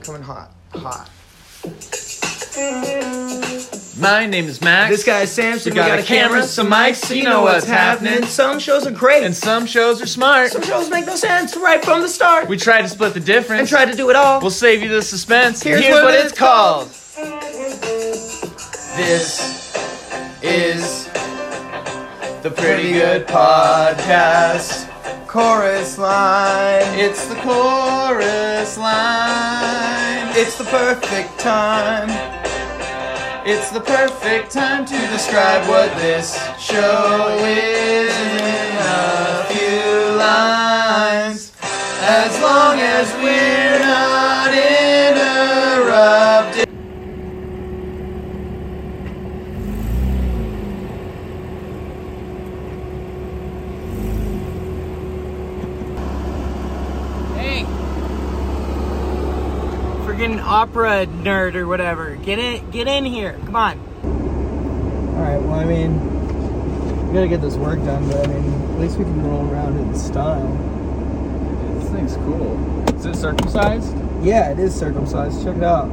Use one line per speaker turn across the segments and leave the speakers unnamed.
coming hot, hot.
My name is Max.
This guy is Samson.
We got a camera, some mics, you know what's happening.
Some shows are great,
And some shows are smart.
some shows make no sense right from the start.
We try to split the difference.
and try to do it all.
We'll save you the suspense.
Here's what it's called.
This is the Pretty Good Podcast.
chorus line.
It's the chorus line.
It's the perfect time.
It's the perfect time to describe what this show is in a few lines. As long as we're not interrupted.
Hey. Freaking opera nerd or whatever. Get in get in here. Come on.
Alright, well, I mean, we gotta get this work done, but I mean, at least we can roll around in style.
This thing's cool. Is it circumcised?
Yeah, it is circumcised. Check it out.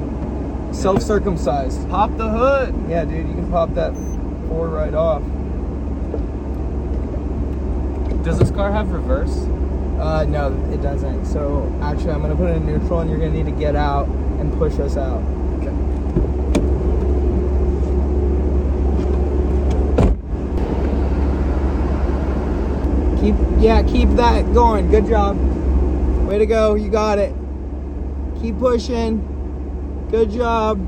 Self circumcised.
Pop the hood.
Yeah, dude, you can pop that four right off.
Does this car have reverse?
Uh, no, it doesn't. So, actually, I'm gonna put it in neutral, and you're gonna need to get out and push us out. Keep, yeah, keep that going. Good job. Way to go. You got it. Keep pushing. Good job.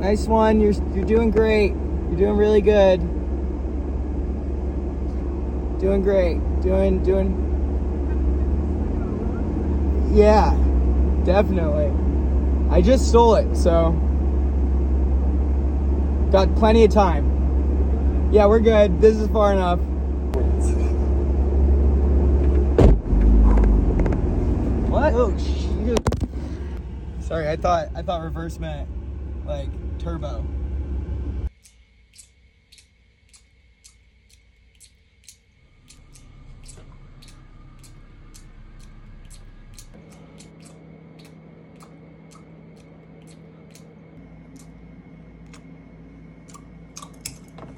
Nice one. You're you're doing great. You're doing really good. Doing great. Doing doing. Yeah, definitely. I just stole it, so got plenty of time. Yeah, we're good. This is far enough.
What?
Oh shoot. Sorry, I thought I thought reverse meant like turbo.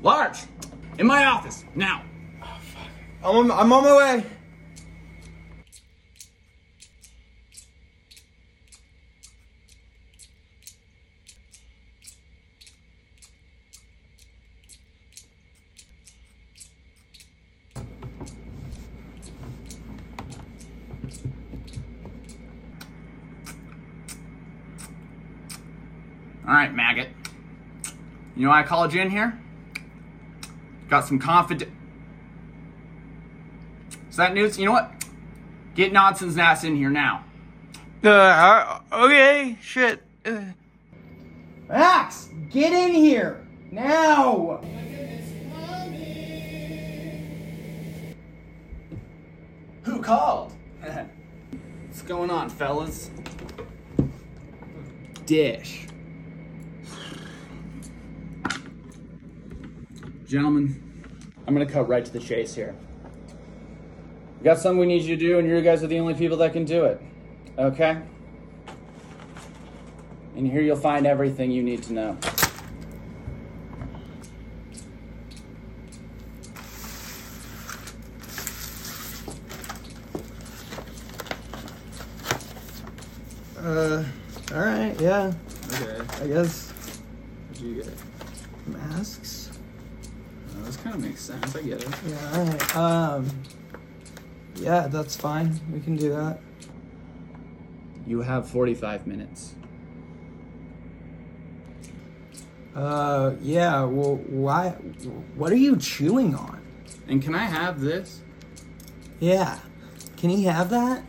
Large. In my office. Now.
I'm on, I'm on my way.
All right, maggot. You know why I called you in here? Got some confidence. Is that news? You know what? Get Nonson's ass in here now.
Uh, okay, shit. Uh,
Max, get in here now.
Who called? What's going on, fellas? Dish. Gentlemen, I'm gonna cut right to the chase here. We got something we need you to do, and you guys are the only people that can do it. Okay? And here you'll find everything you need to know.
Uh, all right, yeah,
Okay,
I guess
what'd you get? Oh,
masks.
this kind of makes sense, I get it.
Yeah, all right. Um, yeah, that's fine. We can do that.
You have 45 minutes.
Uh, yeah. Well, why? What are you chewing on?
And can I have this?
Yeah. Can he have that?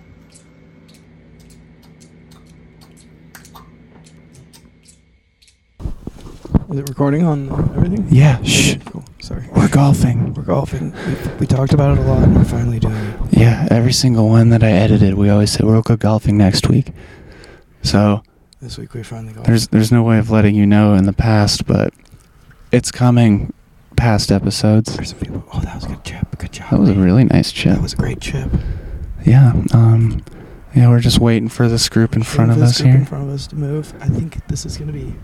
Is it recording on everything?
Yeah, shh.
Cool. Sorry.
We're golfing.
We're golfing. We, we talked about it a lot. and We're finally doing it.
Yeah, every single one that I edited, we always said we'll go golfing next week. So
This week we finally golfed.
there's there's no way of letting you know in the past, but it's coming. Past episodes.
There's some people. Oh, that was a good chip. Good job.
That was a really nice chip.
That was a great chip.
Yeah. Um, Yeah, we're just waiting for this group in front
Waiting
of
for this
us
group
here.
In front of us to move. I think this is gonna be.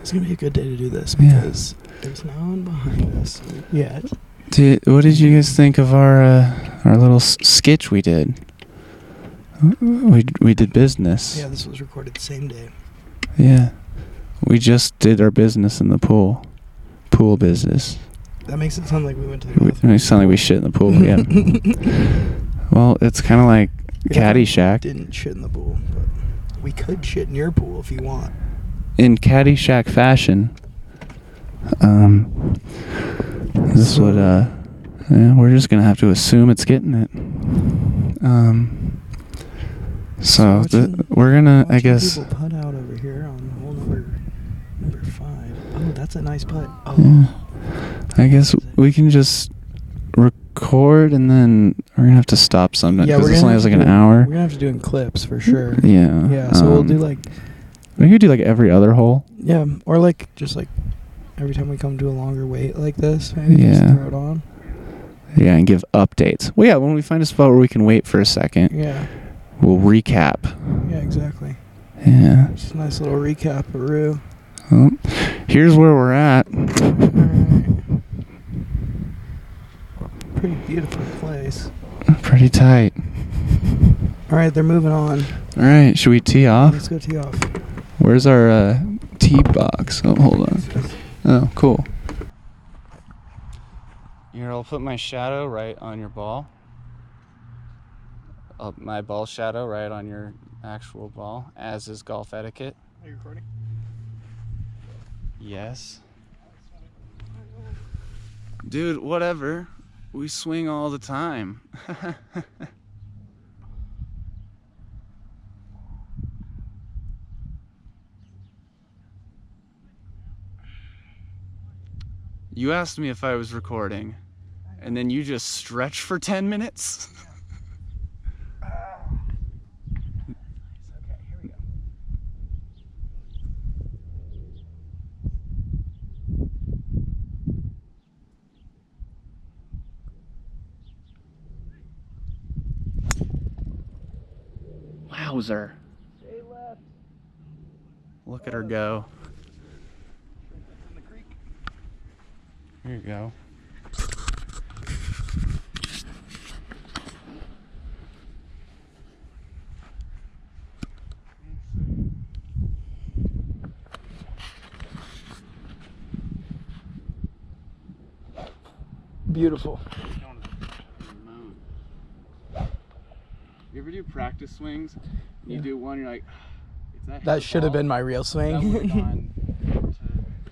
It's gonna be a good day to do this
Yeah.
because there's no one behind us yet.
Did, what did you guys think of our uh, our little s- sketch we did? We we did business.
Yeah, this was recorded the same day.
Yeah. We just did our business in the pool. Pool business.
That makes it sound like we went to the
We,
bathroom.
we sound like we shit in the pool, yeah. well, it's kind of like
Yeah, we
Caddyshack.
Didn't shit in the pool, but we could shit in your pool if you want.
In Caddyshack fashion, um, this is what, uh, yeah, we're just going to have to assume it's getting it. Um, so Oh, th-
watching-
we're going to, I
watching
guess,
People putt out over here on hole number number five. Oh, that's a nice putt. Oh,
Yeah. I guess we can just record and then we're going to have to stop sometime because this only has like an hour.
We're gonna have to do in clips for sure.
Yeah.
Yeah, so we'll
um,
do like
We could do like every other hole.
yeah, or like just like every time we come to a longer wait like this, maybe
Yeah.
just throw it on.
Yeah, and give updates. Well, yeah, when we find a spot where we can wait for a second,
Yeah,
we'll recap.
yeah, exactly.
Yeah.
Just a nice little recap, Roo.
Well, here's where we're at.
Pretty beautiful place.
Pretty tight.
All right, they're moving on.
All right, should we tee
Let's
off?
go tee off.
Where's our uh, tee box? Oh, hold on. Oh, cool. Here, I'll put my shadow right on your ball. Uh, my ball shadow right on your actual ball, as is golf etiquette.
Are you recording?
Yes. Dude, whatever. We swing all the time. you asked me if I was recording, and then you just stretch for 10 minutes? Wowzer. Look at her go. Here you go.
Beautiful.
You ever do practice swings? You do one, you're like, is that
That should have been my real swing.
gone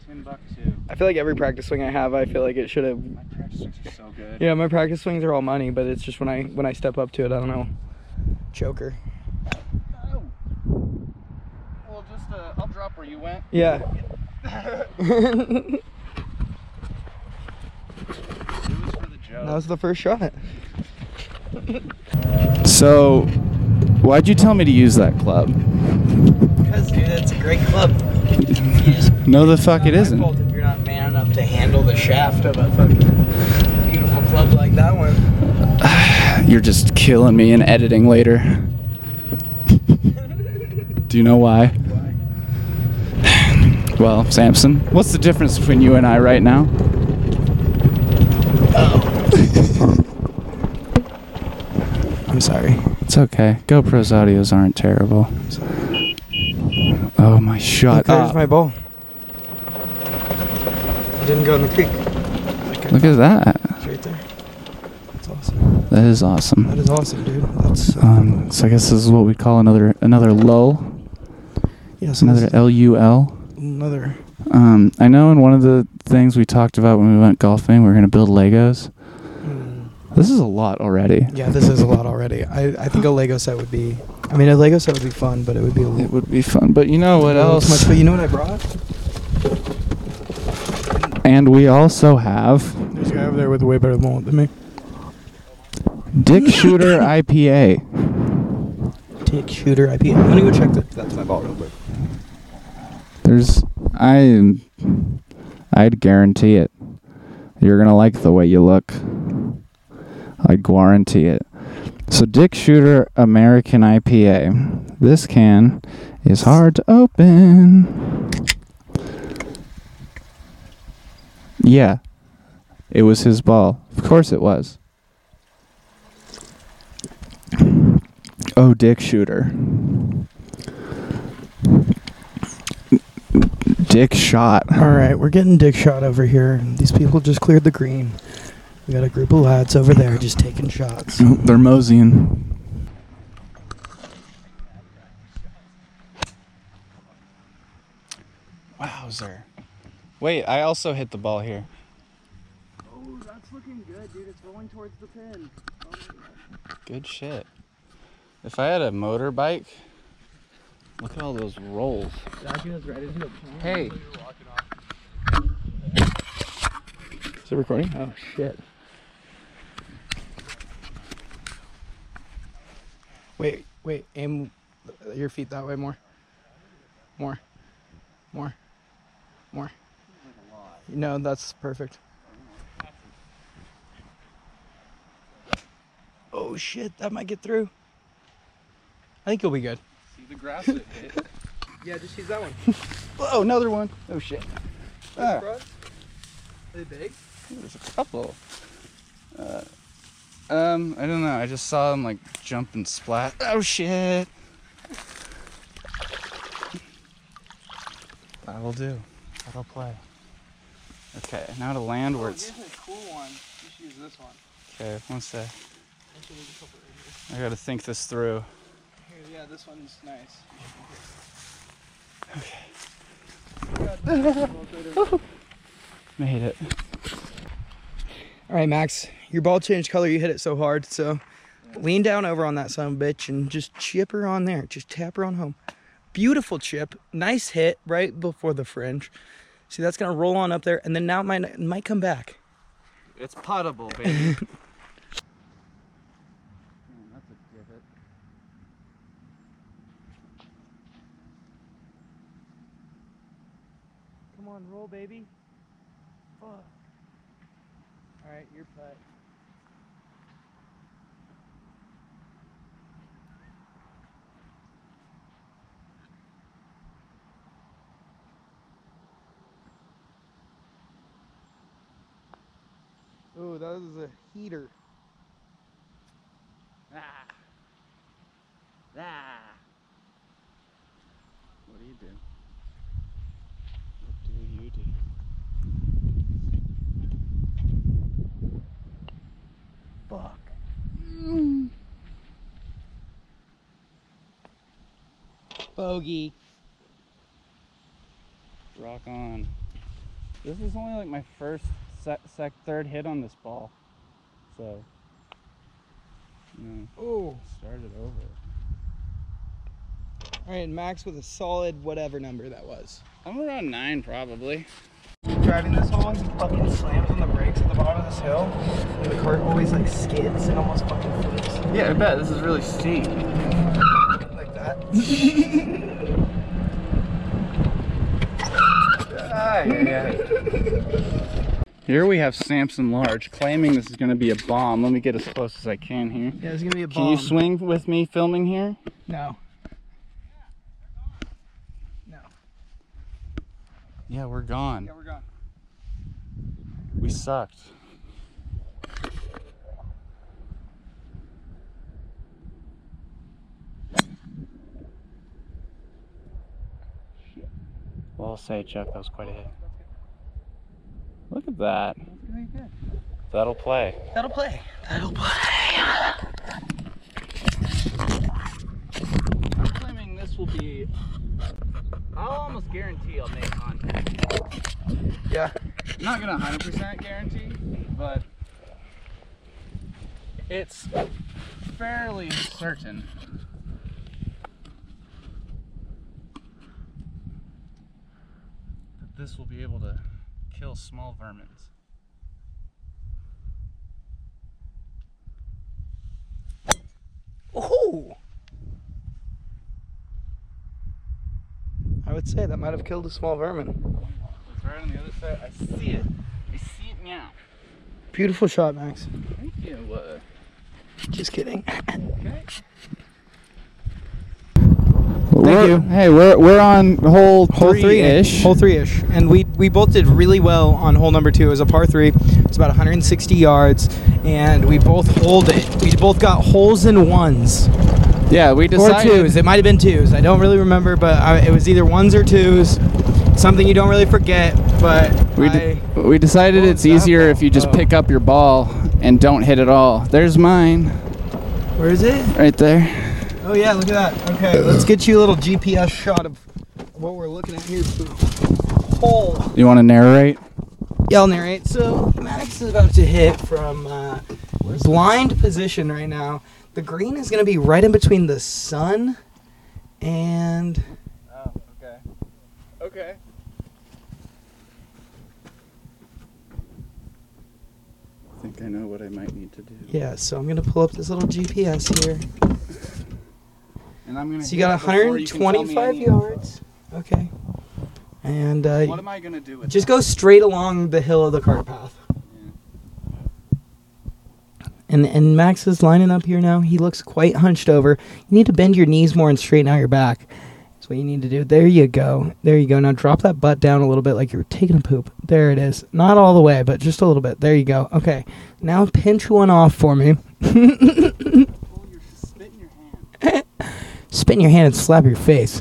to Timbuktu.
I feel like every practice swing I have, I feel like it should have.
My practice swings are so good.
Yeah, my practice swings are all money, but it's just when I when I step up to it, I don't know. Choker.
Well, just uh, I'll drop where you went.
Yeah. That was the first shot.
So, why'd you tell me to use that club?
Because, dude, that's a great club.
No, the fuck it isn't.
If you're not man enough to handle the shaft of a fucking beautiful club like that one.
You're just killing me in editing later. Do you know why? Well, Samson, what's the difference between you and I right now?
I'm sorry.
It's okay. GoPro's audios aren't terrible. Oh my, shut
Look, there's
up.
my ball. It didn't go in the creek. Like I
Ah, Look at that.
It's right there. That's awesome.
That is awesome.
That is awesome, dude. That's
Um, so I guess this is what we call another another lull,
yeah, so
another
this is
L U L.
another.
Um, I know in one of the things we talked about when we went golfing, we are gonna build Legos.
Mm,
This is a lot already.
yeah, this is a lot already. I, I think a Lego set would be. I mean, a Lego set would be fun, but it would be a
It
little,
would be fun, but you know what
a little too
else?
much. But you know what I brought?
And we also have
There's a guy over there with way better mullet than me.
Dick Shooter IPA.
Take shooter IP. I'm gonna go check that. That's my ball real quick.
There's I I'd guarantee it. You're gonna like the way you look. I guarantee it. So, Dick Shooter American IPA. This can is hard to open. Yeah, it was his ball. Of course it was. Oh, Dick Shooter. Dick shot.
All right, we're getting dick shot over here. These people just cleared the green. We got a group of lads over there just taking shots.
Oh, They're moseying. Wowzer. Wait, I also hit the ball here.
Oh, that's looking good, dude. It's rolling towards the pin.
Good shit. If I had a motorbike, look at all those rolls. Hey. Is it recording?
Oh shit. Wait, wait, aim your feet that way more. More. More. More. No, that's perfect. Oh shit, that might get through. I think you'll be good.
Yeah, just use that one.
Oh, another one. Oh shit. Ah.
Are they big?
There's a couple. Uh, um, I don't know. I just saw them like jump and splat. Oh shit! I will do. That'll play. Okay, now to landwards.
Oh, a cool one. Just use this one.
Okay, one sec. I gotta think this through.
Here, yeah, this one's nice.
Made it.
All right, Max, your ball changed color. You hit it so hard. So lean down over on that son of a bitch and just chip her on there. Just tap her on home. Beautiful chip. Nice hit right before the fringe. See, that's going to roll on up there. And then now it might, it might come back.
It's potable, baby.
Come on, roll, baby. Fuck.
All right, your putt. Ooh, that was a heater.
Ah. What do you do? What do you do?
Fuck.
Bogey.
Rock on. This is only like my first, sec, sec third hit on this ball. So, you know,
Oh.
start it over.
All right, Max with a solid whatever number that was.
I'm around nine probably.
Driving this whole one, he fucking slams on the brakes at the bottom of this hill. and The cart always like skids and almost fucking flips
yeah, I bet this is really steep.
like that.
Here we have Samson Large claiming this is going to be a bomb. Let me get as close as I can here.
Yeah, it's gonna be a
Can you swing with me filming here?
No.
Yeah, we're gone.
we're gone.
We sucked. Well, I'll say, Chuck, that was quite a hit. Look at that. That'll play.
That'll play.
I'm claiming this will be. I'll almost guarantee I'll make contact.
Yeah.
Not gonna 100% guarantee, but it's fairly certain.
that This will be able to kill small vermins.
Oh. I would say that might have killed a small vermin.
It's right on the other side. I see it. I see it now.
Beautiful shot, Max.
Thank you. Uh,
Just kidding.
We're-
you.
Hey, we're we're on hole
Hole three
ish.
Hole three ish. And we, we both did really well on hole number two. It was a par three. It's about 160 yards. And we both holed it. We both got holes in ones
Yeah, we
or
decided.
twos. It might have been twos. I don't really remember, but I, it was either ones or twos. Something you don't really forget, but
We,
I,
de- we decided
What
it's
was that
easier
ball?
if you just
Oh.
pick up your ball and don't hit it all. There's mine
where is it?
right there.
Oh yeah, look at that. Okay, let's get you a little GPS shot of what we're looking at here. Hole.
You want to narrate?
Yeah, I'll narrate. So Maddox is about to hit from uh, blind position right now. The green is going to be right in between the sun and.
Okay.
I think I know what I might need to do.
Yeah, so I'm going to pull up this little GPS here.
And I'm gonna
So you got 125 yards. Okay. And uh,
am I gonna do with
just go straight along the hill of the cart path. And and Max is lining up here now. He looks quite hunched over. You need to bend your knees more and straighten out your back. That's what you need to do. There you go. There you go. Now drop that butt down a little bit like you were taking a poop. There it is. Not all the way, but just a little bit. There you go. Okay. Now pinch one off for me. Spit in your hand and slap your face.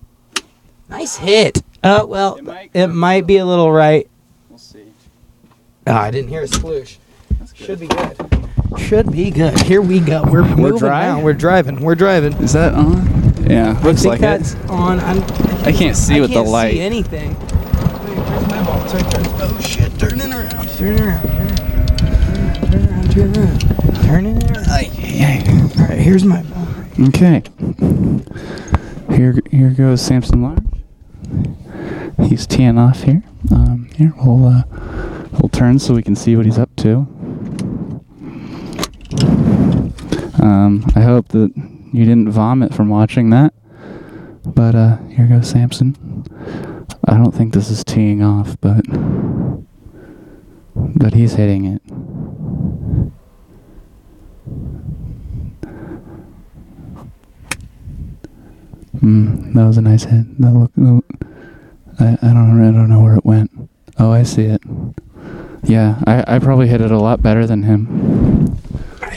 nice hit. Uh, well, it
It
might,
might-
be a little right.
We'll see.
Oh, I didn't hear a sploosh. Should be good. Should be good. Here we go. We're moving
dry?
now. We're driving. We're driving.
Is that on? Yeah,
I
looks
think
like
that's
it.
on. I'm,
I can't see
I
with
can't
the light.
See anything? Wait, where's my ball? It's right there. Oh shit! Turning around. Turning around. Turning around. Turning around. Turning around. Turning around. All right. Here's my ball.
Okay. Here, here goes Samson Large. He's teeing off here. Um, here we'll uh, we'll turn so we can see what he's up to. Um, I hope that you didn't vomit from watching that. But uh, here goes Samson. I don't think this is teeing off, but but he's hitting it. Mm, that was a nice hit. That look, that look- I, I don't I don't know where it went. Oh, I see it. Yeah, I, I probably hit it a lot better than him.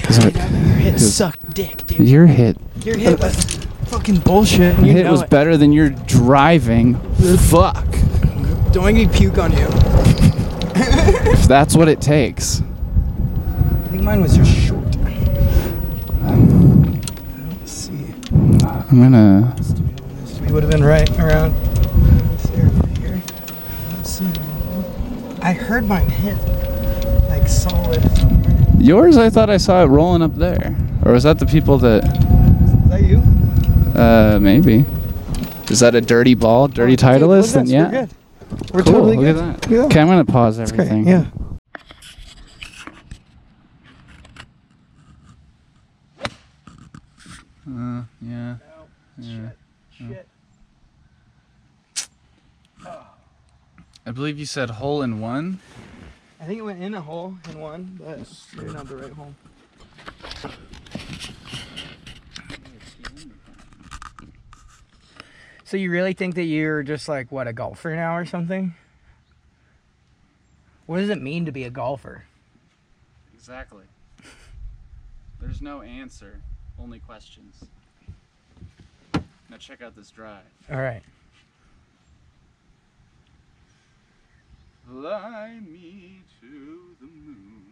'Cause I-
Your hit
Dude.
sucked dick, dude.
your hit
Your hit was fucking bullshit. and
your
You
hit
know
was
it.
better than your driving. Fuck.
Don't make me puke on you. I
If that's what it takes.
think mine was just short. Um, Let's see.
I'm gonna
We would have been right around. There, here. Let's see. I heard mine hit like solid. Is
Yours I thought I saw it rolling up there. Or was that the people that
that you?
uh maybe. Is that a dirty ball,
Oh,
dirty titleist? Then yeah.
We're good. We're
Cool,
totally
look
good.
at that.
Yeah.
Okay, I'm gonna pause everything.
Yeah.
Yeah.
Shit.
I believe you said hole in one.
I think it went in a hole in one, but maybe not the right hole. So you really think that you're just like what a golfer now or something? What does it mean to be a golfer?
Exactly. There's no answer, only questions. Now check out this drive.
All right.
Fly me to the moon.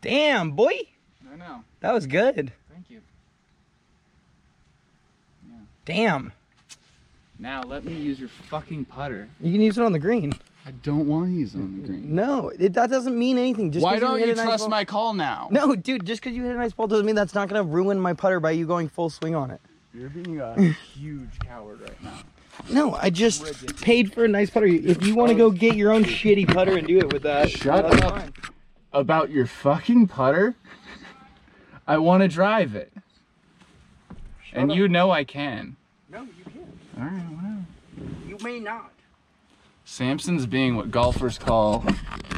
Damn, boy.
I know.
That was good.
Thank you.
Damn.
Now let me use your fucking putter.
You can use it on the green.
I don't want to use it on the green.
No, it, that doesn't mean anything. Just
Why
'cause
don't
hit
you
a nice
trust
ball-
my call now?
No, dude, just because you hit a nice ball doesn't mean that's not going to ruin my putter by you going full swing on it.
You're being a huge coward right now.
No, I just paid for a nice putter. If you want to go get your own shitty putter and do it with that,
Shut
that's
up.
fine.
About your fucking putter? I want to drive it. and you know I can.
No, you can.
All right, whatever.
You may not.
Samson's being what golfers call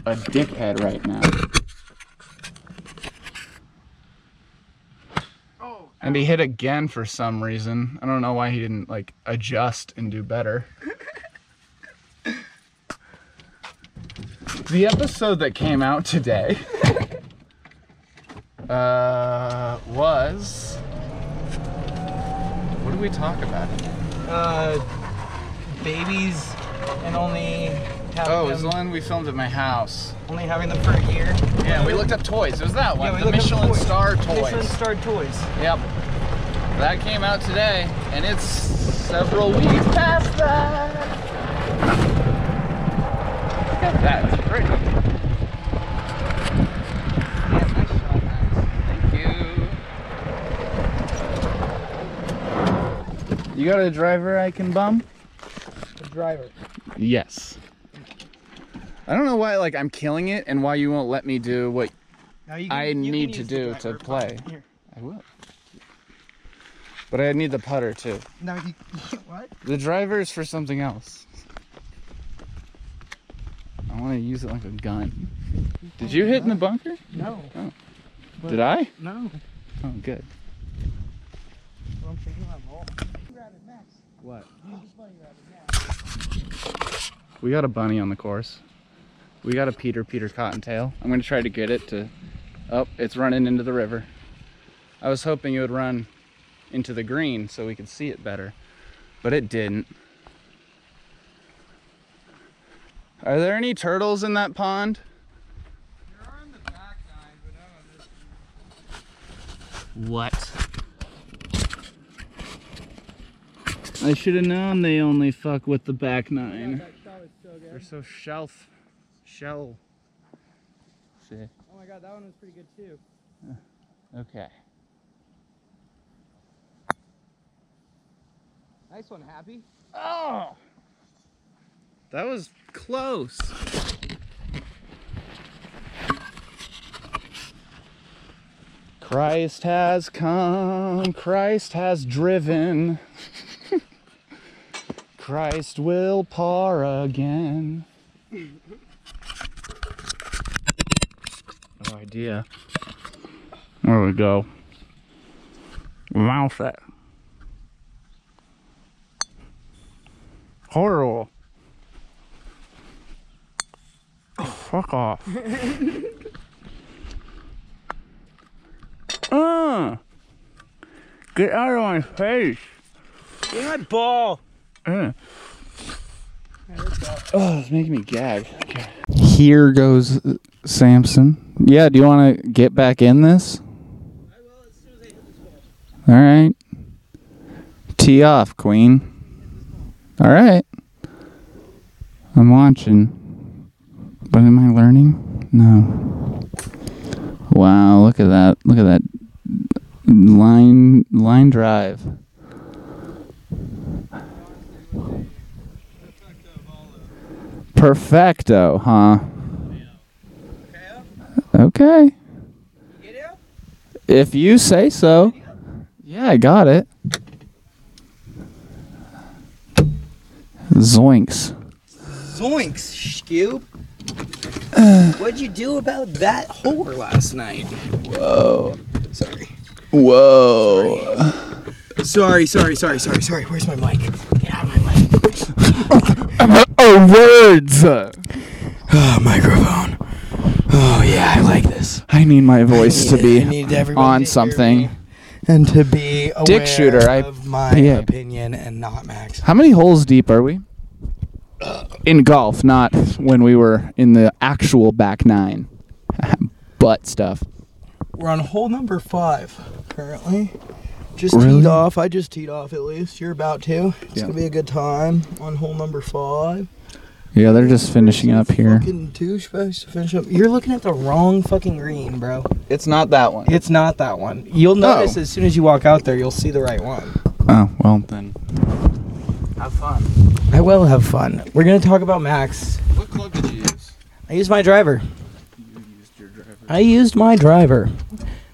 a dickhead right now. Oh. And he hit again for some reason. I don't know why he didn't like adjust and do better. the episode that came out today uh, was what did we talk about?
Uh, babies and only having
Oh, it was
them,
the one we filmed at my house.
only having them for a year.
Yeah, we looked up toys. It was that one.
we
the
looked up
Michelin
toys.
Star toys.
Michelin Star Toys.
Yep. That came out today, and it's several weeks past that. Look at that. It's pretty. Thank you. You got a driver I can bum?
Driver.
Yes. I don't know why like I'm killing it and why you won't let me do what
Now you
I
you
need to
use
do
the
to
driver.
play.
Here.
I will. But I need the putter too.
No, you, what?
The driver is for something else. I want to use it like a gun. Did you hit in the bunker?
No,
Did I?
no.
Oh, good.
I'm thinking about ball.
What? We got a bunny on the course. We got a Peter Peter Cottontail. I'm gonna try to get it to. Oh, it's running into the river. I was hoping it would run into the green so we could see it better, but it didn't. Are there any turtles in that pond? What? I should have known they only fuck with the back nine. They're so shelf, shell. Shit.
Oh my god, that one was pretty good too.
Okay.
Nice one, Happy.
Oh, that was close. Christ has come. Christ has driven. Christ will par again. No idea. There we go. Mouth that. Horrible. Fuck off. uh, get out of my face.
Give me my ball.
Uh. Oh, it's making me gag. Okay.
Here goes uh, Samson. Yeah, do you want to get back in this? All right. Tee off, Queen. All right. I'm watching. But am I learning? No. Wow, look at that. Look at that line line drive. Perfecto, huh? Okay. If you say so. Yeah, I got it. Zoinks.
Zoinks, Scoop. What'd you do about that whore last night? Whoa. Sorry.
Whoa.
Sorry, sorry, sorry, sorry, sorry. Where's my mic? Get out of my mic.
Oh, words.
Oh, microphone. Oh, yeah, I like this.
I need my voice to
I
be
need everybody to
on
hear
something.
me And to be aware
Dick shooter, I-
of my
yeah.
opinion and not Max.
How many holes deep are we? In golf, not when we were in the actual back nine. Butt stuff.
We're on hole number five currently. Just
Really?
teed off. I just teed off at least. You're about to. It's
Yeah.
gonna be a good time on hole number five.
Yeah, they're just finishing up here.
Fucking douche bags to finish up. You're looking at the wrong fucking green, bro.
It's not that one.
It's not that one. You'll notice as soon as you walk out there, you'll see the right one.
Oh, well, then.
Have fun.
I will have fun. We're gonna talk about Max.
What club did you use?
I used my driver. I used my driver.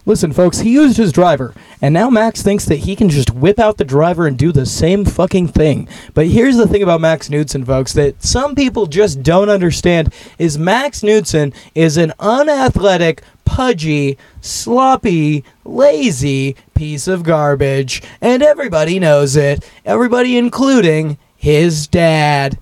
Listen, folks, he used his driver, and now Max thinks that he can just whip out the driver and do the same fucking thing. But here's the thing about Max Knudsen, folks, that some people just don't understand is Max Knudsen is an unathletic, pudgy, sloppy, lazy piece of garbage, and everybody knows it, everybody including his dad.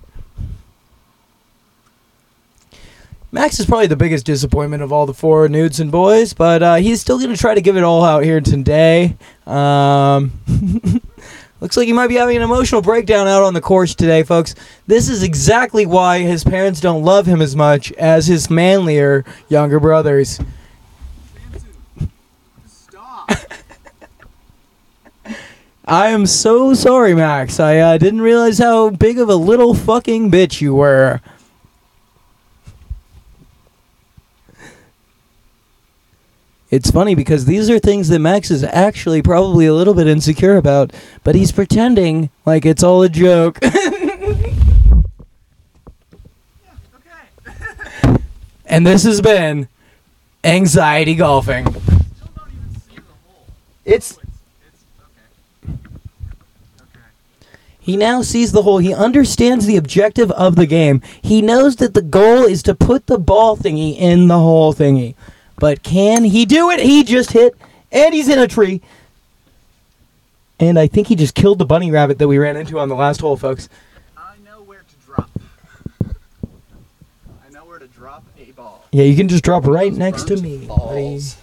Max is probably the biggest disappointment of all the four nudes and boys, but uh, he's still going to try to give it all out here today. Um, looks like he might be having an emotional breakdown out on the course today, folks. This is exactly why his parents don't love him as much as his manlier younger brothers. I am so sorry, Max. I uh, didn't realize how big of a little fucking bitch you were. It's funny because these are things that Max is actually probably a little bit insecure about, but he's pretending like it's all a joke. and this has been anxiety golfing. It's He now sees the hole. He understands the objective of the game. He knows that the goal is to put the ball thingy in the hole thingy. But can he do it? He just hit, and he's in a tree. And I think he just killed the bunny rabbit that we ran into on the last hole, folks.
I know where to drop. I know where to drop a ball.
Yeah, you can just drop right next to me. buddy.
Balls.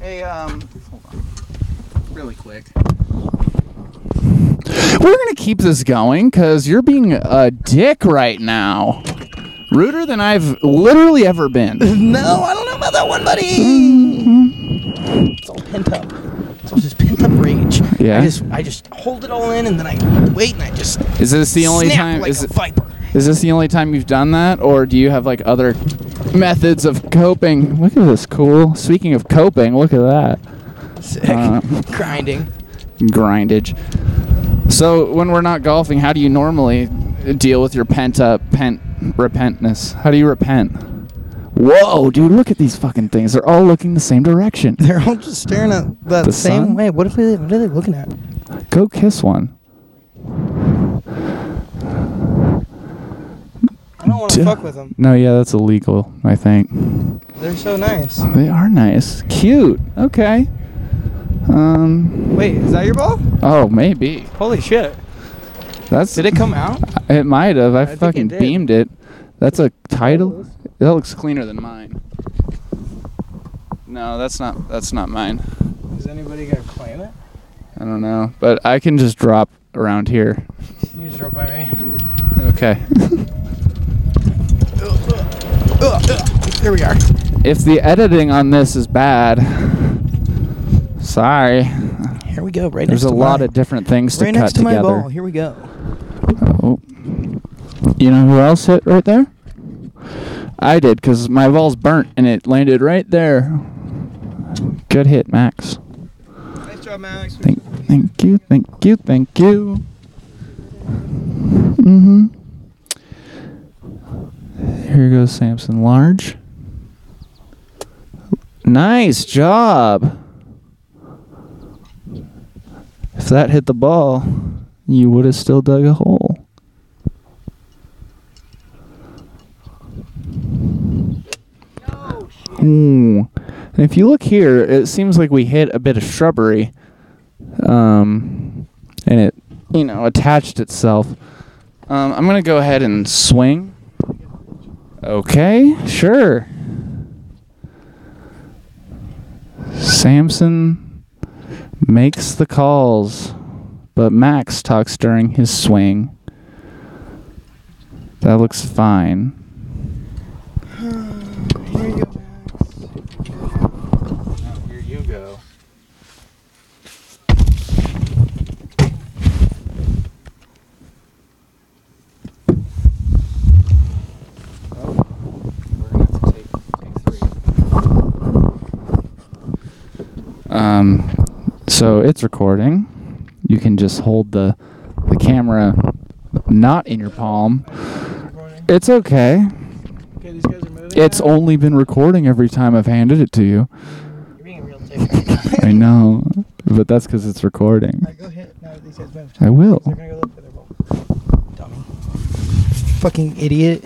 Hey, um, hold on. Really quick.
We're gonna keep this going because you're being a dick right now. Ruder than I've literally ever been.
No, I don't know about that one, buddy. It's all pent up. It's all just pent up rage.
Yeah.
I just, I just hold it all in, and then I wait, and I just
Is this the only
snap
time?
like
is,
a viper.
is this the only time you've done that, or do you have like other methods of coping? Look at this cool. Speaking of coping, look at that
Sick.
Uh,
Grinding.
grindage. So when we're not golfing, how do you normally deal with your pent up pent repentness? How do you repent? Whoa, dude! Look at these fucking things. They're all looking the same direction.
They're all just staring at that
The
same
sun?
way. What, if they, what are they looking at?
Go kiss one.
I don't want
Duh.
to fuck with them.
No, yeah, that's illegal, I think.
They're so nice.
They are nice. Cute. Okay. Um
Wait, is that your ball?
oh, maybe.
Holy shit.
That's
Did it come out?
it might have. I,
think it
fucking
did.
beamed it. That's a title. That looks cleaner than mine. No, that's not that's not mine.
is anybody gonna claim it?
I don't know, but I can just drop around here.
You just drove by me.
Okay.
Here we are.
if the editing on this is bad, sorry.
Here we go. Right
There's a
next to
lot
my,
of different things to
right
cut
next to my
together.
ball. Here we go.
Oh. You know who else hit right there? I did, because my ball's burnt and it landed right there. Good hit, Max.
Nice job, Max.
Thank, thank you, thank you, thank you. Mm-hmm. Here goes Samson Large. Nice job. If that hit the ball, you would have still dug a hole. Ooh. And if you look here, it seems like we hit a bit of shrubbery. Um, and it, you know, attached itself. Um, I'm going to go ahead and swing. Okay, sure. Samson makes the calls, but Max talks during his swing. That looks fine.
Here you go. Oh, we're gonna have to take, take three.
Um, so it's recording. You can just hold the the camera not in your palm. It's okay.
Okay, these guys are moving.
It's only been recording every time I've handed it to you. I know, but that's because it's recording.
Alright, go hit. No, these guys move.
I will.
They're gonna go look for their ball. Dummy. Fucking idiot.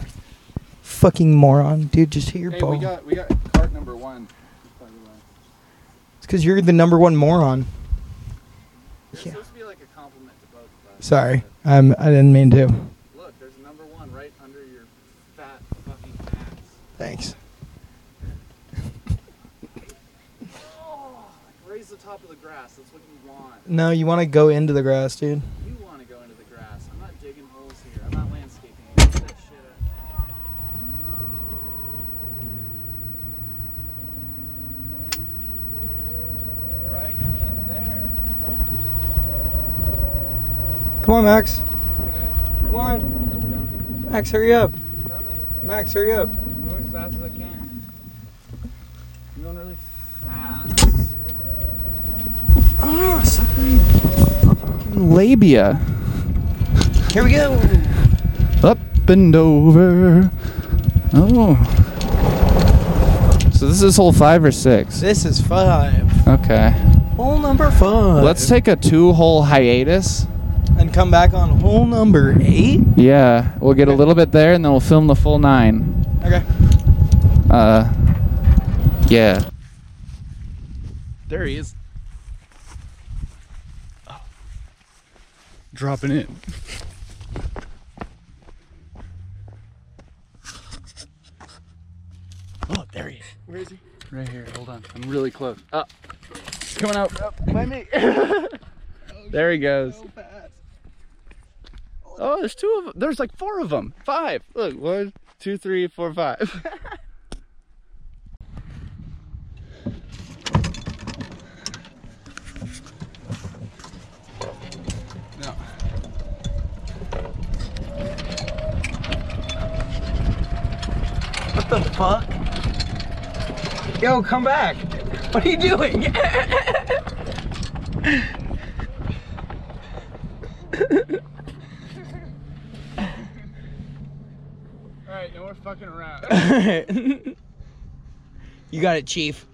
Fucking moron, dude. Just hit your
Hey,
ball.
we got we got cart number one. By the way,
it's because you're the number one moron.
it's
Yeah.
supposed to be like a compliment to both of us.
Sorry, I'm. I didn't mean to.
Look, there's a number one right under your fat fucking ass.
Thanks.
Raise the top of the grass. That's what you want.
No, you want to go into the grass, dude.
You want to go into the grass. I'm not digging holes here. I'm not landscaping. You. Get that shit out.
Come on, Max. Come on. Max, hurry up. Max, hurry up.
Move as fast as I can. I'm going really fast.
Ah, suck my
Labia.
Here we go.
Up and over. Oh. So this is hole five or six.
This is five.
Okay.
Hole number five.
Let's take a two hole hiatus.
and come back on hole number eight.
Yeah, we'll get a little bit there and then we'll film the full nine.
Okay.
Uh, yeah.
There he is. Oh. Dropping it. Oh, there he is. Where is he? Right here. Hold on. I'm really close. Oh. Up. He's coming out. By me. there he goes. Oh, there's two of them. There's like four of them. Five. Look, one, two, three, four, five. no.
What the fuck? Yo, come back. What are you doing?
All right, no more fucking around.
You got it, Chief.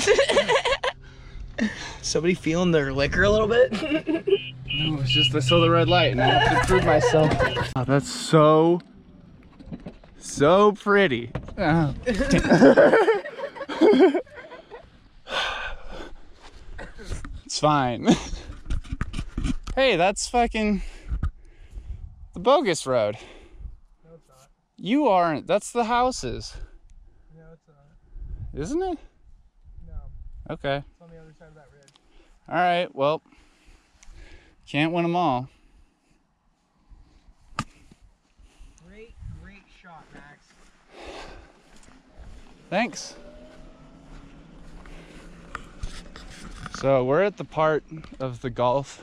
Somebody feeling their liquor a little bit?
No, it's just I saw the red light and I have to prove myself. Oh, that's so, so pretty. Oh. it's fine. hey, that's fucking the bogus road. No, it's not. You aren't. That's the houses. No, it's not. Isn't it? No. Okay. It's on the other side of that ridge. All right. Well. Can't win them all.
Great, great shot, Max.
Thanks. So we're at the part of the golf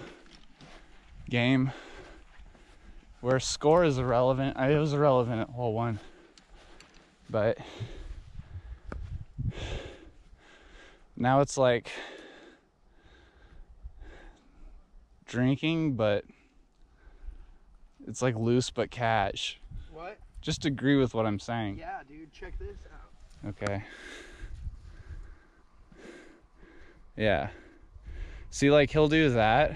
game where score is irrelevant. I, it was irrelevant at hole one, but now it's like drinking, but it's like loose but cash.
What?
Just agree with what I'm saying.
Yeah, dude, check this out.
Okay. Yeah. See, like, he'll do that.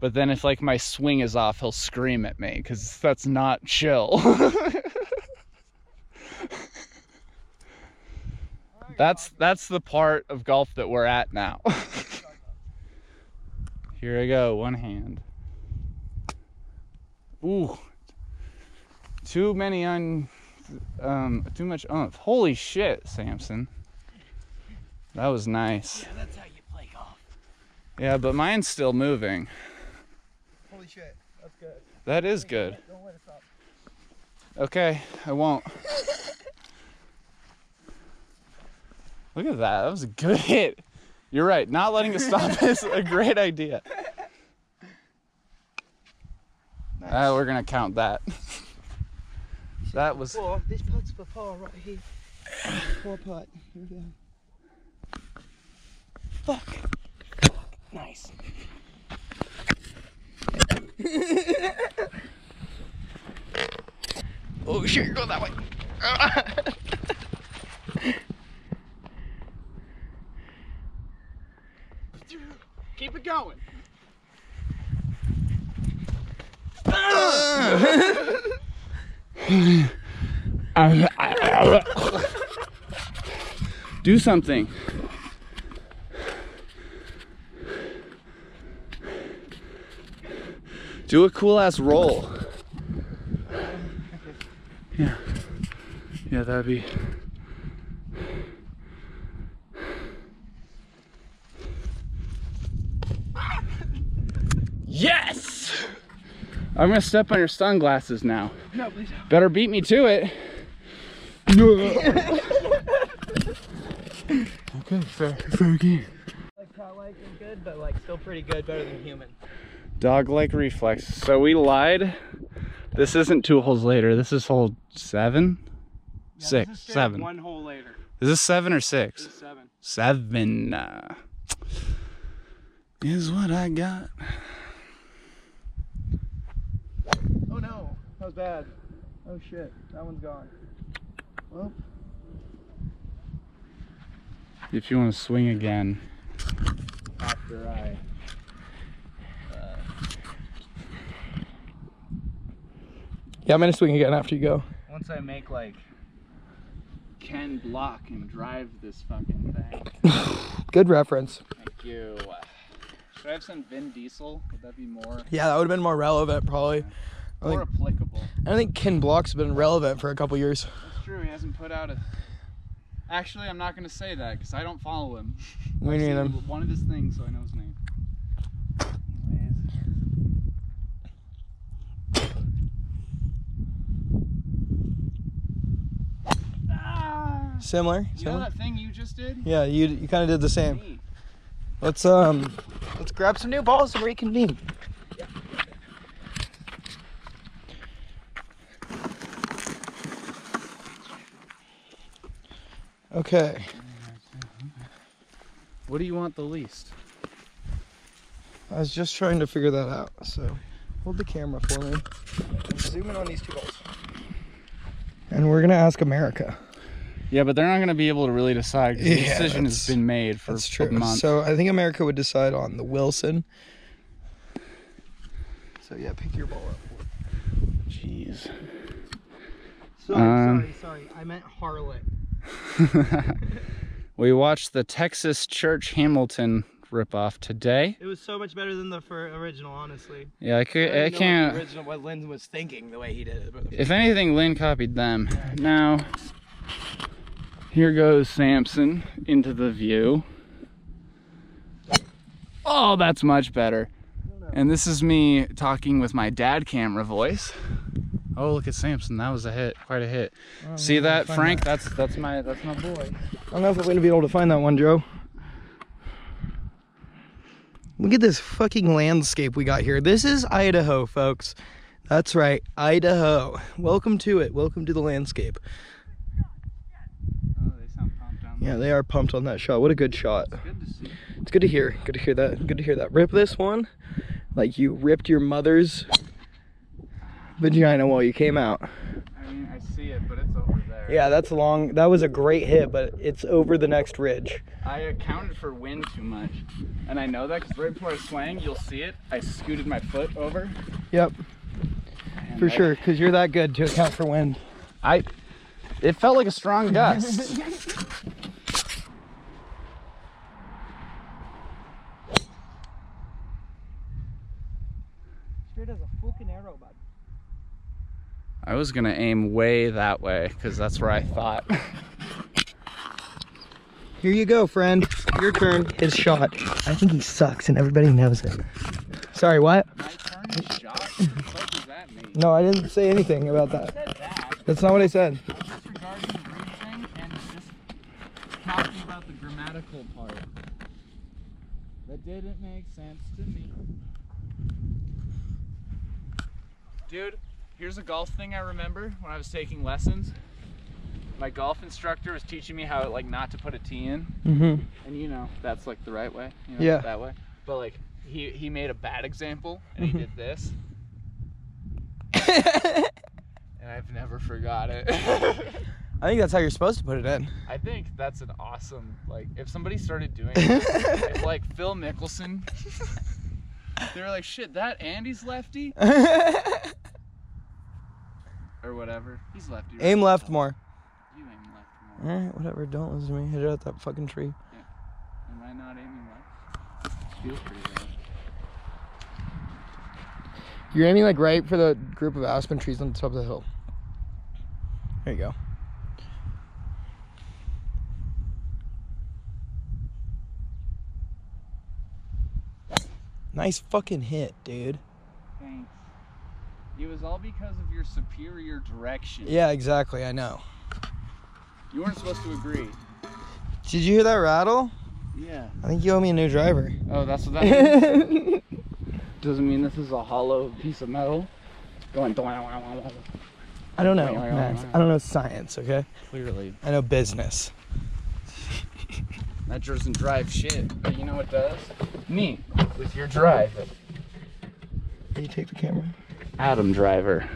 But then if, like, my swing is off, he'll scream at me because that's not chill. that's that's the part of golf that we're at now. Here I go, one hand. Ooh. Too many un um, too much umph. Holy shit, Samson. That was nice. Yeah, that's how you play golf. Yeah, but mine's still moving.
Holy shit, that's good.
That is good.
Don't let it stop.
Okay, I won't. Look at that. That was a good hit. You're right. Not letting it stop is a great idea. Ah, we're going to count that. that was.
Four, this putt's for four right here. Four putt. Here we go. Fuck. Nice. oh shit, go that way.
Keep it going. Do something. Do a cool ass roll. Yeah. Yeah, that'd be. Yes! I'm gonna step on your sunglasses now. No, please don't. Better beat me to it. okay, fair, fair game.
Not like I'm good, but like still pretty good, better than human.
Dog like reflex. So we lied. This isn't two holes later. This is hole seven? Six. seven.
One hole later.
Is this seven or six?
Seven.
Seven uh, is what I got.
Oh no, that was bad. Oh shit, that one's gone.
If you want to swing again.
After I.
uh, Yeah, I'm gonna swing again after you go.
Once I make like.
Can block and drive this fucking thing.
Good reference.
Thank you. Should I have some Vin Diesel? Would that be more,
Yeah, that would have been more relevant probably. I
more
think,
applicable?
I don't think Ken Block's been relevant for a couple years.
That's true. He hasn't put out a. Actually, I'm not going to say that because I don't follow him.
Me
I've seen
neither.
One of his things, so I know his name. Ah,
Similar.
you know
Similar.
that thing you just did?
Yeah, you you kind of did the same.
Me.
Let's um, let's grab some new balls and reconvene. Okay.
What do you want the least?
I was just trying to figure that out. So hold the camera for me. and Zoom in on these two balls. And we're gonna ask America.
Yeah, but they're not going to be able to really decide 'cause the
Yeah,
decision has
that's-
been made for
That's
a
true.
month.
So I think America would decide on the Wilson. So yeah, pick your ball up.
Jeez.
Sorry,
Um,
sorry, sorry. I meant harlot.
We watched the Texas Church Hamilton ripoff today.
It was so much better than the fir- original, honestly.
Yeah, I, could,
don't
I
know
can't.
What, the original, what Lynn was thinking the way he did it. But
If anything, Lynn copied them. Now, here goes Samson into the view. Oh, that's much better. And this is me talking with my dad camera voice. Oh, look at Samson. That was a hit. Quite a hit. See that, Frank? That's that's my that's my boy.
I don't know if we're gonna be able to find that one, Joe. Look at this fucking landscape we got here. This is Idaho, folks. That's right, Idaho. Welcome to it. Welcome to the landscape.
Oh, they sound pumped down
Yeah, they are pumped on that shot. What a good shot.
Good to see.
It's good to hear. Good to hear that. Good to hear that. Rip this one, like you ripped your mother's vagina while you came out.
I mean, I see it, but it's over there.
Yeah, that's long. That was a great hit, but it's over the next ridge.
I accounted for wind too much. And I know that because right before I swang, you'll see it. I scooted my foot over.
Yep,
and
for
I-
sure, because you're that good to account for wind.
I. It felt like a strong gust.
Straight as a fucking arrow, bud.
I was gonna aim way that way because that's where I thought.
Here you go, friend. Your turn. His shot. I think he sucks, and everybody knows it. Sorry, what?
My turn is shot. What the fuck does that mean?
No, I didn't say anything about that. That's not what I said.
Disregarding the root thing and just talking about the grammatical part. That didn't make sense to me. Dude, here's a golf thing I remember when I was taking lessons. My golf instructor was teaching me how like not to put a tee in.
Mm-hmm.
and you know that's like the right way you know,
Yeah.
that way but like he he made a bad example and
Mm-hmm.
he did this and i've never forgot it
I think that's how you're supposed to put it in.
I think that's an awesome like if somebody started doing it, if, like Phil Mickelson they were like shit that Andy's lefty or whatever. He's lefty. Right?
Aim left more.
You aim left.
All
More.
Eh,
right, whatever. Don't listen to me. Hit it at that fucking tree.
Am I not aiming left? Feels pretty bad.
You're aiming like right for the group of aspen trees on the top of the hill. There you go. Nice fucking hit, dude.
Thanks. It was all because of your superior direction.
Yeah, exactly. I know.
You weren't supposed to agree.
Did you hear that rattle?
Yeah.
I think you owe me a new driver.
Oh, that's what that means. Doesn't mean this is a hollow piece of metal going.
I don't know,
Wait, wait, wait,
Max.
wait.
I don't know science, okay?
Clearly,
I know business.
that doesn't drive shit. But you know what does? Me with your drive.
Can you take the camera?
Adam Driver.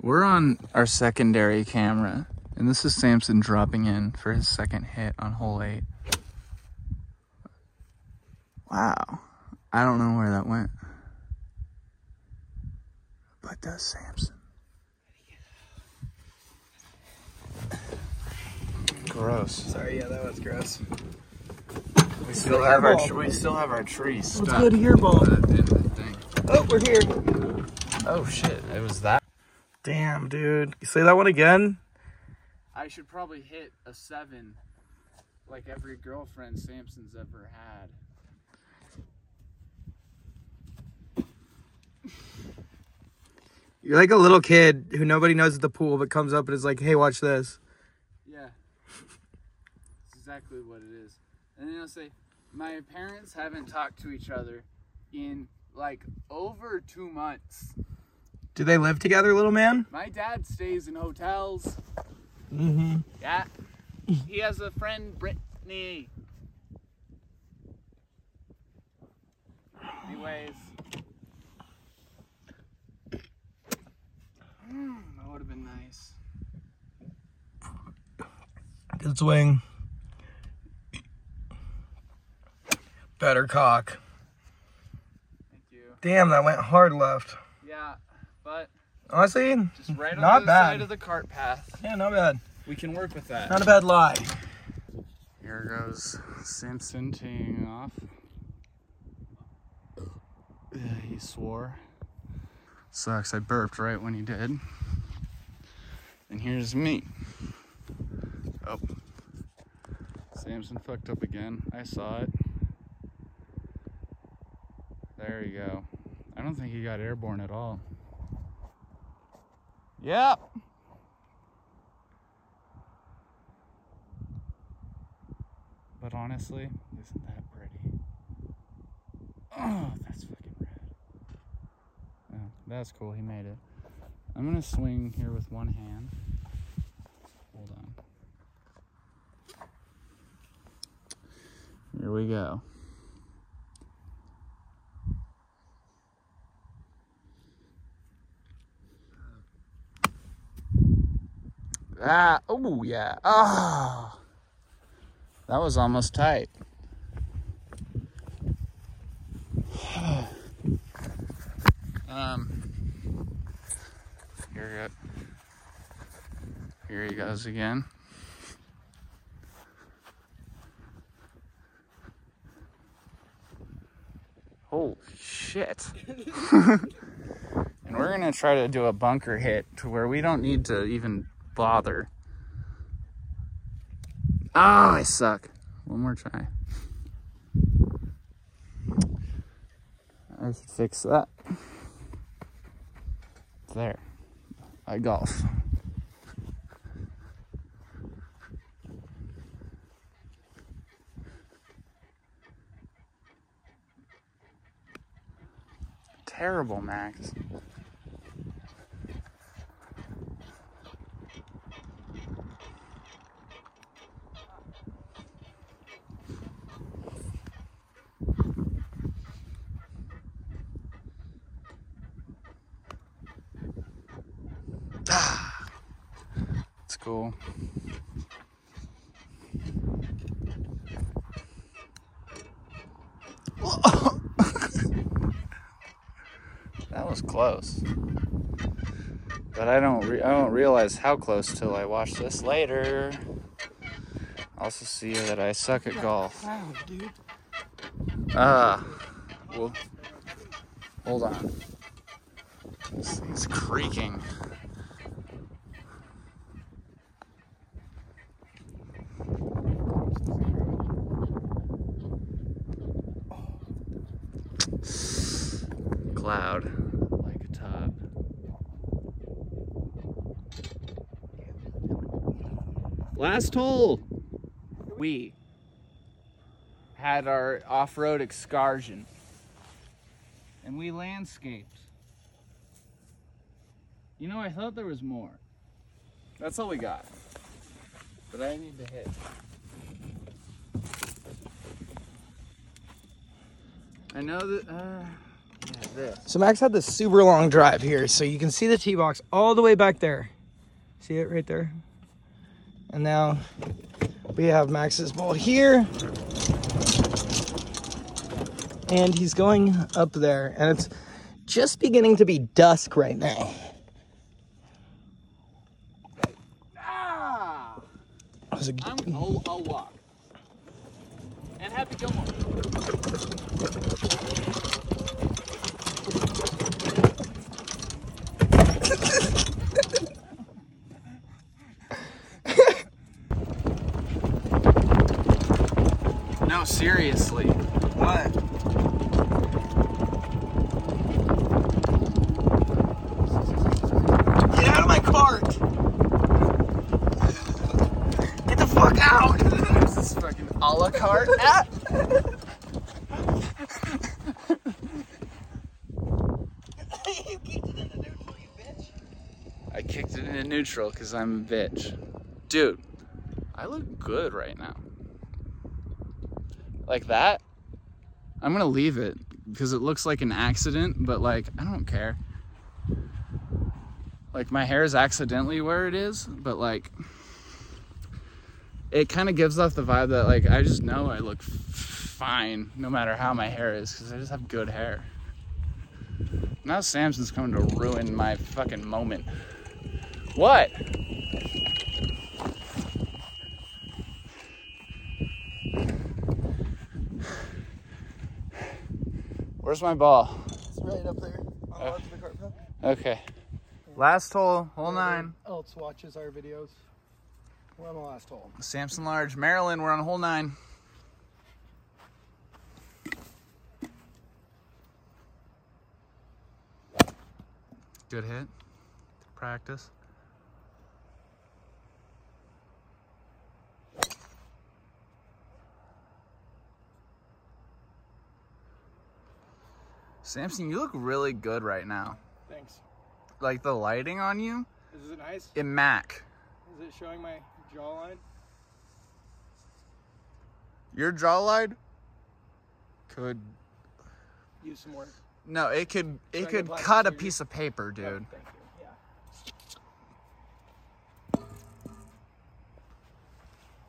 We're on our secondary camera, and this is Samson dropping in for his second hit on hole eight. Wow. I don't know where that went. But does Samson? Gross.
Sorry, yeah, that was gross.
We still have our tr- we still have our tree stuck. Let's go to
your ball.
Oh, we're here. Oh shit! It was that.
Damn, dude. You say that one again?
I should probably hit a seven, like every girlfriend Samson's ever had.
You're like a little kid who nobody knows at the pool, but comes up and is like, "Hey, watch this."
Yeah. It's exactly what it is. And then I'll say, my parents haven't talked to each other in like over two months.
Do they live together, little man?
My dad stays in hotels. Mm-hmm. Yeah. He has a friend, Brittany. Anyways. Mm, that would have been nice.
Good swing. Better cock.
Thank you.
Damn, that went hard left.
Yeah, but
Honestly,
just right
Not
on the
bad.
side of the cart path.
yeah, not bad.
We can work with that.
Not a bad lie.
Here goes Samson teeing off. Uh, he swore. Sucks, I burped right when he did. And here's me. Oh. Samson fucked up again. I saw it. There you go. I don't think he got airborne at all. Yep. But honestly, isn't that pretty? Oh, that's fucking rad. Oh, that's cool. He made it. I'm gonna swing here with one hand. Hold on. Here we go. Ah, oh yeah. Ah. That was almost tight. um, here, go- here he goes again. Holy shit. and we're going to try to do a bunker hit to where we don't need to even bother. Ah, I suck. One more try. I should fix that. There. I golf. Terrible, Max. cool. that was close. But I don't re- I don't realize how close till I watch this later. Also see that I suck at golf. Ah. well, hold on. This thing's creaking. Cloud like a top. Last hole. We had our off-road excursion, and we landscaped. You know, I thought there was more. That's all we got. But I need to hit. I know that. Uh, yeah, this.
So Max had this super long drive here, so you can see the tee box all the way back there. See it right there? And now we have Max's ball here. And he's going up there, and it's just beginning to be dusk right now. Ah! That was a
I'm, I'll, I'll walk. And Happy Gilmore. no, seriously.
What? Get out of my cart! Get the fuck out!
This is fucking a la carte.
you kicked it in the neutral, you bitch.
I kicked it in neutral because I'm a bitch. Dude, I look good right now. Like that? I'm gonna leave it because it looks like an accident, but like, I don't care. Like, my hair is accidentally where it is, but like, it kind of gives off the vibe that like, I just know I look f- fine no matter how my hair is because I just have good hair. Now Samson's coming to ruin my fucking moment. What? Where's my ball?
It's right up there. On the edge of the cart path.
Okay.
Last hole, hole nine.
Else watches our videos. We're on the last hole.
Samson Large, Maryland. We're on hole nine.
Good hit. Practice. Samson, you look really good right now.
Thanks.
Like the lighting on you,
Is it nice?
it mac.
Is it showing my jawline?
Your jawline could
Use some work.
no, it could
Should
it
I get
could
plastic
cut a
surgery?
piece of paper, dude.
Thank you. Yeah.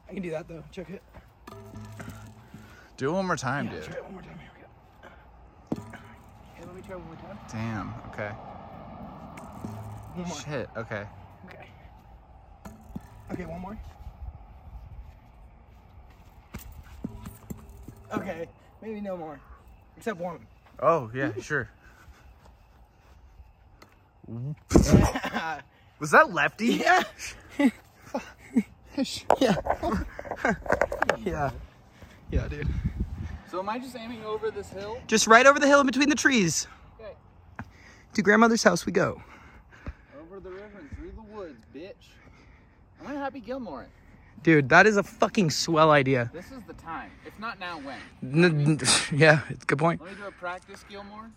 I can do that though. Check it.
Do it one more time,
Yeah,
dude.
try it one more time. Here we go. Hey, let me try one more time.
Damn. Okay.
One more.
Shit. Okay.
Okay. Okay, one more. Okay, maybe no more. Except one.
Oh yeah, sure. Was that lefty?
Yeah. yeah. yeah. Yeah, dude.
So am I just aiming over this hill?
Just right over the hill in between the trees.
Okay.
To grandmother's house we go.
Over the river and through the woods, bitch. I'm gonna Happy Gilmore. it.
Dude, that is a fucking swell idea.
This is the time. If not now, when?
N- n- yeah, it's a good point.
Let me do a practice, Gilmore.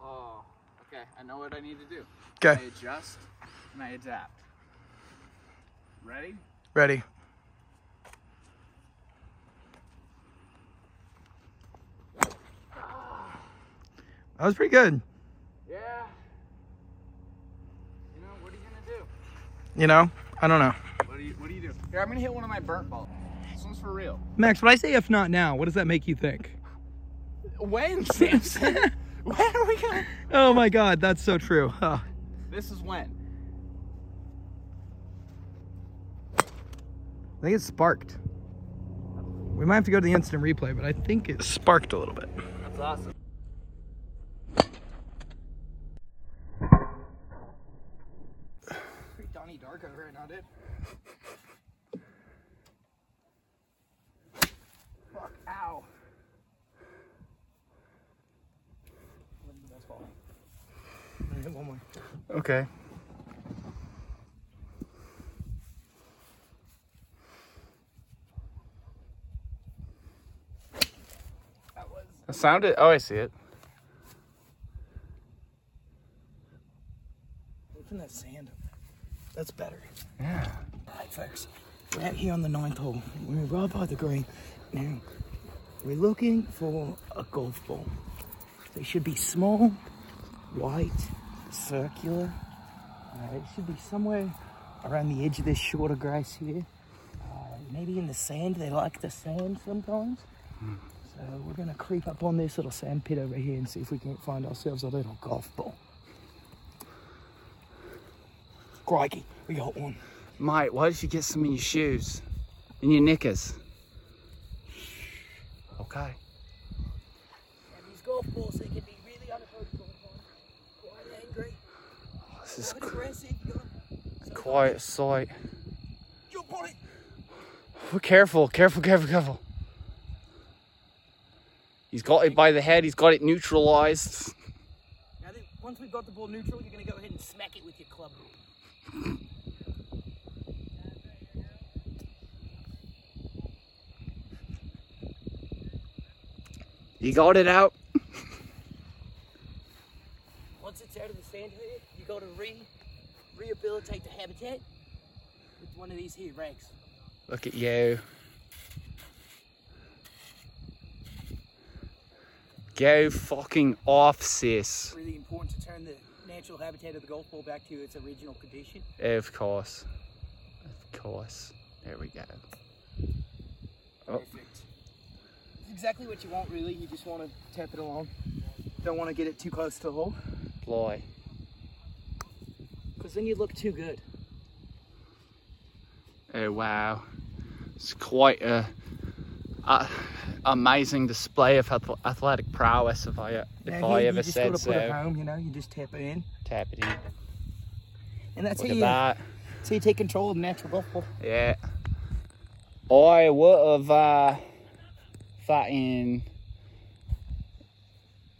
Oh, okay. I know what I need to do.
Okay,
I adjust and I adapt. Ready?
ready. That was pretty good.
Yeah.
You know? I don't know.
What do you What do you do? Here, I'm gonna hit one of my burnt balls. This one's for real.
Max, when I say if not now, what does that make you think?
When, Samson? when are we going?
Oh my god, that's so true. Oh.
This is when.
I think it sparked. We might have to go to the instant replay, but I think it sparked a little bit.
That's awesome.
Donnie Darko right now, dude. Fuck, ow. One more.
Okay. That sounded. Oh, I see it.
Open that sand up. That's better.
Yeah.
Alright, folks. We're out here on the ninth hole. We're right by the green. Now, we're looking for a golf ball. They should be small, white, circular. Uh, it should be somewhere around the edge of this shorter grass here. Uh, maybe in the sand. They like the sand sometimes. So we're going to creep up on this little sand pit over here and see if we can find ourselves a little golf ball. Crikey, we got one.
Mate, why don't you get some in your shoes? In your knickers? Okay.
These golf balls, they can be really unapproachable. Quite angry,
Oh, This is
quite aggressive. You gotta
quiet sight.
jump on it.
Oh, Careful, careful, careful, careful. He's got it by the head, he's got it neutralized.
Now that once we've got the ball neutral, you're gonna go ahead and smack it with your club.
He got it out.
Once it's out of the sand here, you gotta re rehabilitate the habitat with one of these here ranks.
Look at you. Go fucking off, sis.
Really important to turn the natural habitat of the golf ball back to its original condition.
Of course. Of course. There we go. Oh.
It's exactly what you want really, you just wanna tap it along. Don't wanna get it too close to the hole.
Fly.
Because then you look too good.
Oh wow, it's quite a, a amazing display of ath- athletic prowess. If I if I ever said
put it
so,
home, you know, you just tap it in.
tap it in.
And that's
Look
how
at
you,
that.
that's how you take control of the natural golf ball.
Yeah. I would have uh, fucking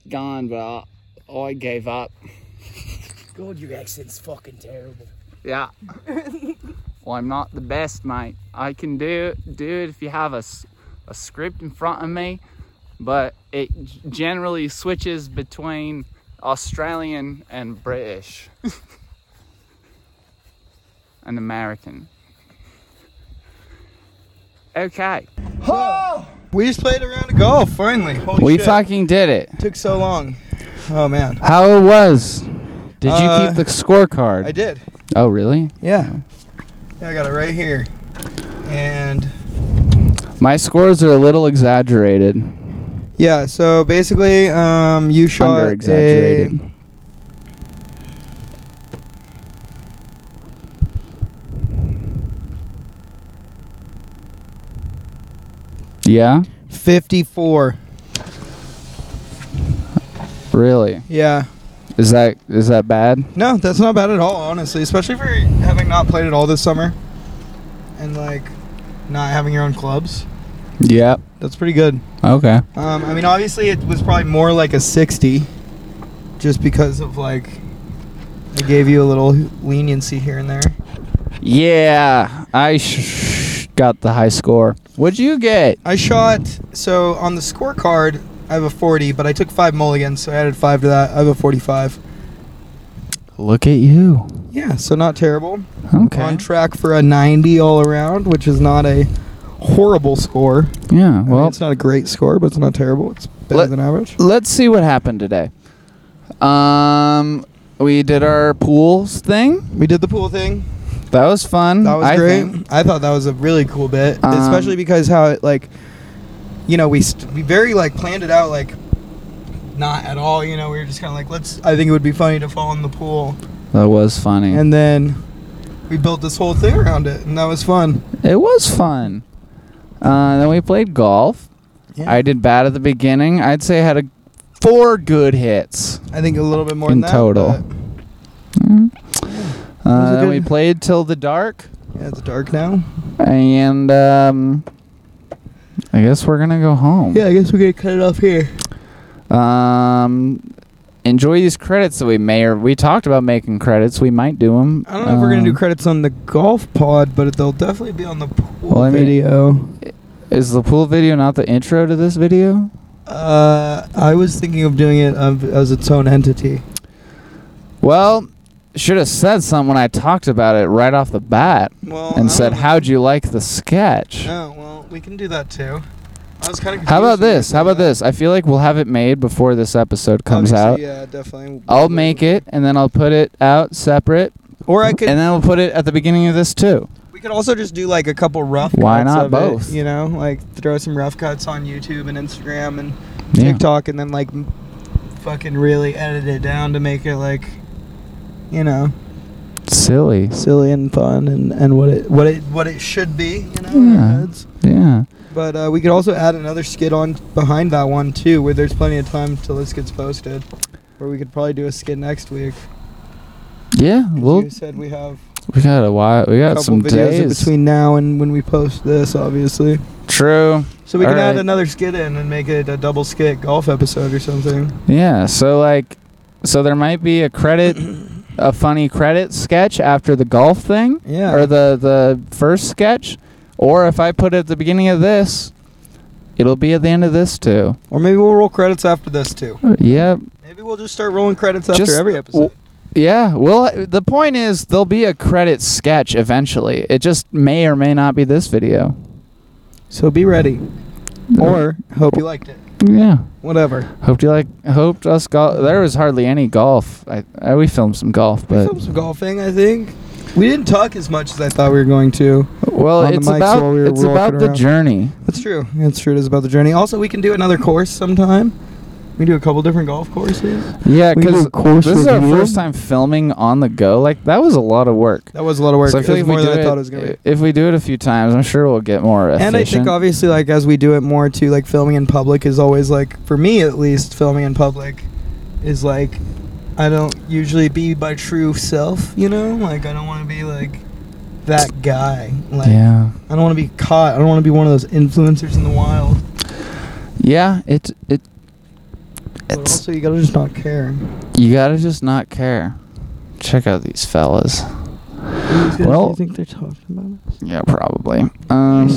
gone, but Oh, I gave up.
God, your accent's fucking terrible.
Yeah. well, I'm not the best, mate. I can do do it if you have a, s- a script in front of me, but it g- generally switches between Australian and British and American. Okay.
We just played a round of golf, finally. Holy
We
shit.
fucking did it.
took so long. Oh, man.
How it was? Did you
Uh,
keep the scorecard?
I did.
Oh, really?
Yeah. Yeah, I got it right here. And
My scores are a little exaggerated.
yeah, so basically, um, you shot
Under exaggerated. Yeah?
a 54.
Really?
Yeah.
Is that is that bad?
No, that's not bad at all, honestly. Especially for having not played at all this summer, and like not having your own clubs.
Yep.
That's pretty good.
Okay.
Um, I mean, obviously, it was probably more like a sixty, just because of like I gave you a little leniency here and there.
Yeah, I sh- got the high score. What'd you get?
I shot so on the scorecard. I have a 40, but I took five mulligans, so I added five to that. I have a 45.
Look at you.
Yeah, so not terrible.
Okay.
On track for a 90 all around, which is not a horrible score.
yeah.
I mean,
Well,
it's not a great score, but it's not terrible. It's better
Let-
than average.
let's see what happened today. Um, we did our pools thing.
We did the pool thing.
That was fun.
That was
I
great.
think.
I thought that was a really cool bit,
Um,
especially because how it like, you know, we st- we very like planned it out like, not at all. You know, we were just kind of like, let's. I think it would be funny to fall in the pool,
That was funny.
and then we built this whole thing around it, and that was fun.
It was fun. Uh, then we played golf.
Yeah.
I did bad at the beginning. I'd say I had a four good hits.
I think a little bit more
In
than that,
total.
but- was
Uh,
a
then we
good-
played till the dark,
Yeah, it's dark now.
and um, I guess we're gonna go home.
I guess we're gonna cut it off here.
Um, enjoy these credits that we may or we talked about making credits. We might do them.
I don't know if we're gonna do
Um,
credits on the golf pod, but they'll definitely be on the pool
Well, I mean-
video.
Is the pool video not the intro to this video?
Uh, I was thinking of doing it um, as its own entity.
Well, should have said something when I talked about it right off the bat
Well,
and said, "How'd you like the sketch?"
Oh well, we can do that too. I was kind of.
How about this? How about this? I feel like we'll have it made before this episode comes out.
Yeah, definitely.
I'll make it and then I'll put it out separate
Or I could.
and then we'll put it at the beginning of this too.
we could also just do like a couple rough.
Why
cuts
not
of it,
both?
you know, like throw some rough cuts on YouTube and Instagram and
Yeah.
TikTok, and then like m- fucking really edit it down to make it like, you know,
Silly.
silly and fun and and what it what it what it should be. You know. in our
Yeah.
heads.
Yeah.
But uh, we could also add another skit on behind that one too, where there's plenty of time till this gets posted. Where we could probably do a skit next week. 'cause
Yeah. Well,
you said we have
we got a while. We
a
got
couple
some
videos in
days.
between now and when we post this, obviously.
True.
So we
All
can add
right.
another skit in and make it a double skit golf episode or something.
Yeah. So like, so there might be a credit, a funny credit sketch after the golf thing.
Yeah.
or the the first sketch, or if I put it at the beginning of this, it'll be at the end of this too.
or maybe we'll roll credits after this too.
Yep.
Maybe we'll just start rolling credits after
Just-
every episode.
Yeah. Well, the point is there'll be a credit sketch eventually. It just may or may not be this video.
So be ready. Or hope you liked it.
Yeah.
Whatever.
Hoped you like. Hoped us golf. There was hardly any golf. I, I we filmed some golf,
We
but
filmed some golfing, I think. We didn't talk as much as I thought we were going to.
well,
on the
it's
mics
about
while we were
it's
walking
about the
around.
journey.
That's true. That's true. It is about the journey. Also, we can do another course sometime. We do a couple different golf courses.
Yeah,
We
because
will course
this is our
review.
first time filming on the go. Like that was a lot of work.
That was a lot of work.
So I
It
feel
was
like if
more
we do
than I
it,
thought it was gonna be.
if we do it a few times, I'm sure we'll get more efficient.
And I think obviously, like as we do it more too, like filming in public is always like for me at least, filming in public is like I don't usually be my true self. You know, like I don't want to be like that guy. Like
yeah,
I don't want to be caught. I don't want to be one of those influencers in the wild.
yeah. It it
But
it's
also, you gotta just not care.
you gotta just not care. Check out these fellas.
Who's gonna
Well-
think they're talking about us?
Yeah, probably. Um,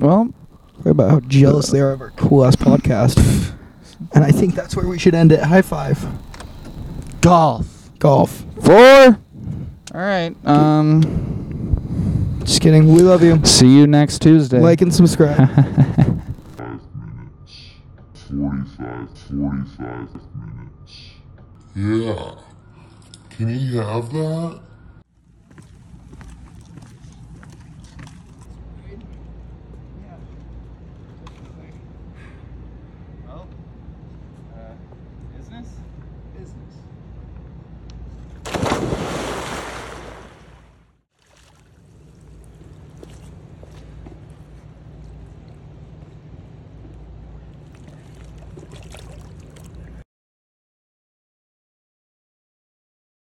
well,
Or about how jealous they are of our cool ass podcast. And I think that's where we should end it. High five.
golf
Golf.
four. All right. Um,
Just kidding. We love you.
see you next Tuesday.
Like and subscribe.
45, 45 minutes. Yeah. Can he have that?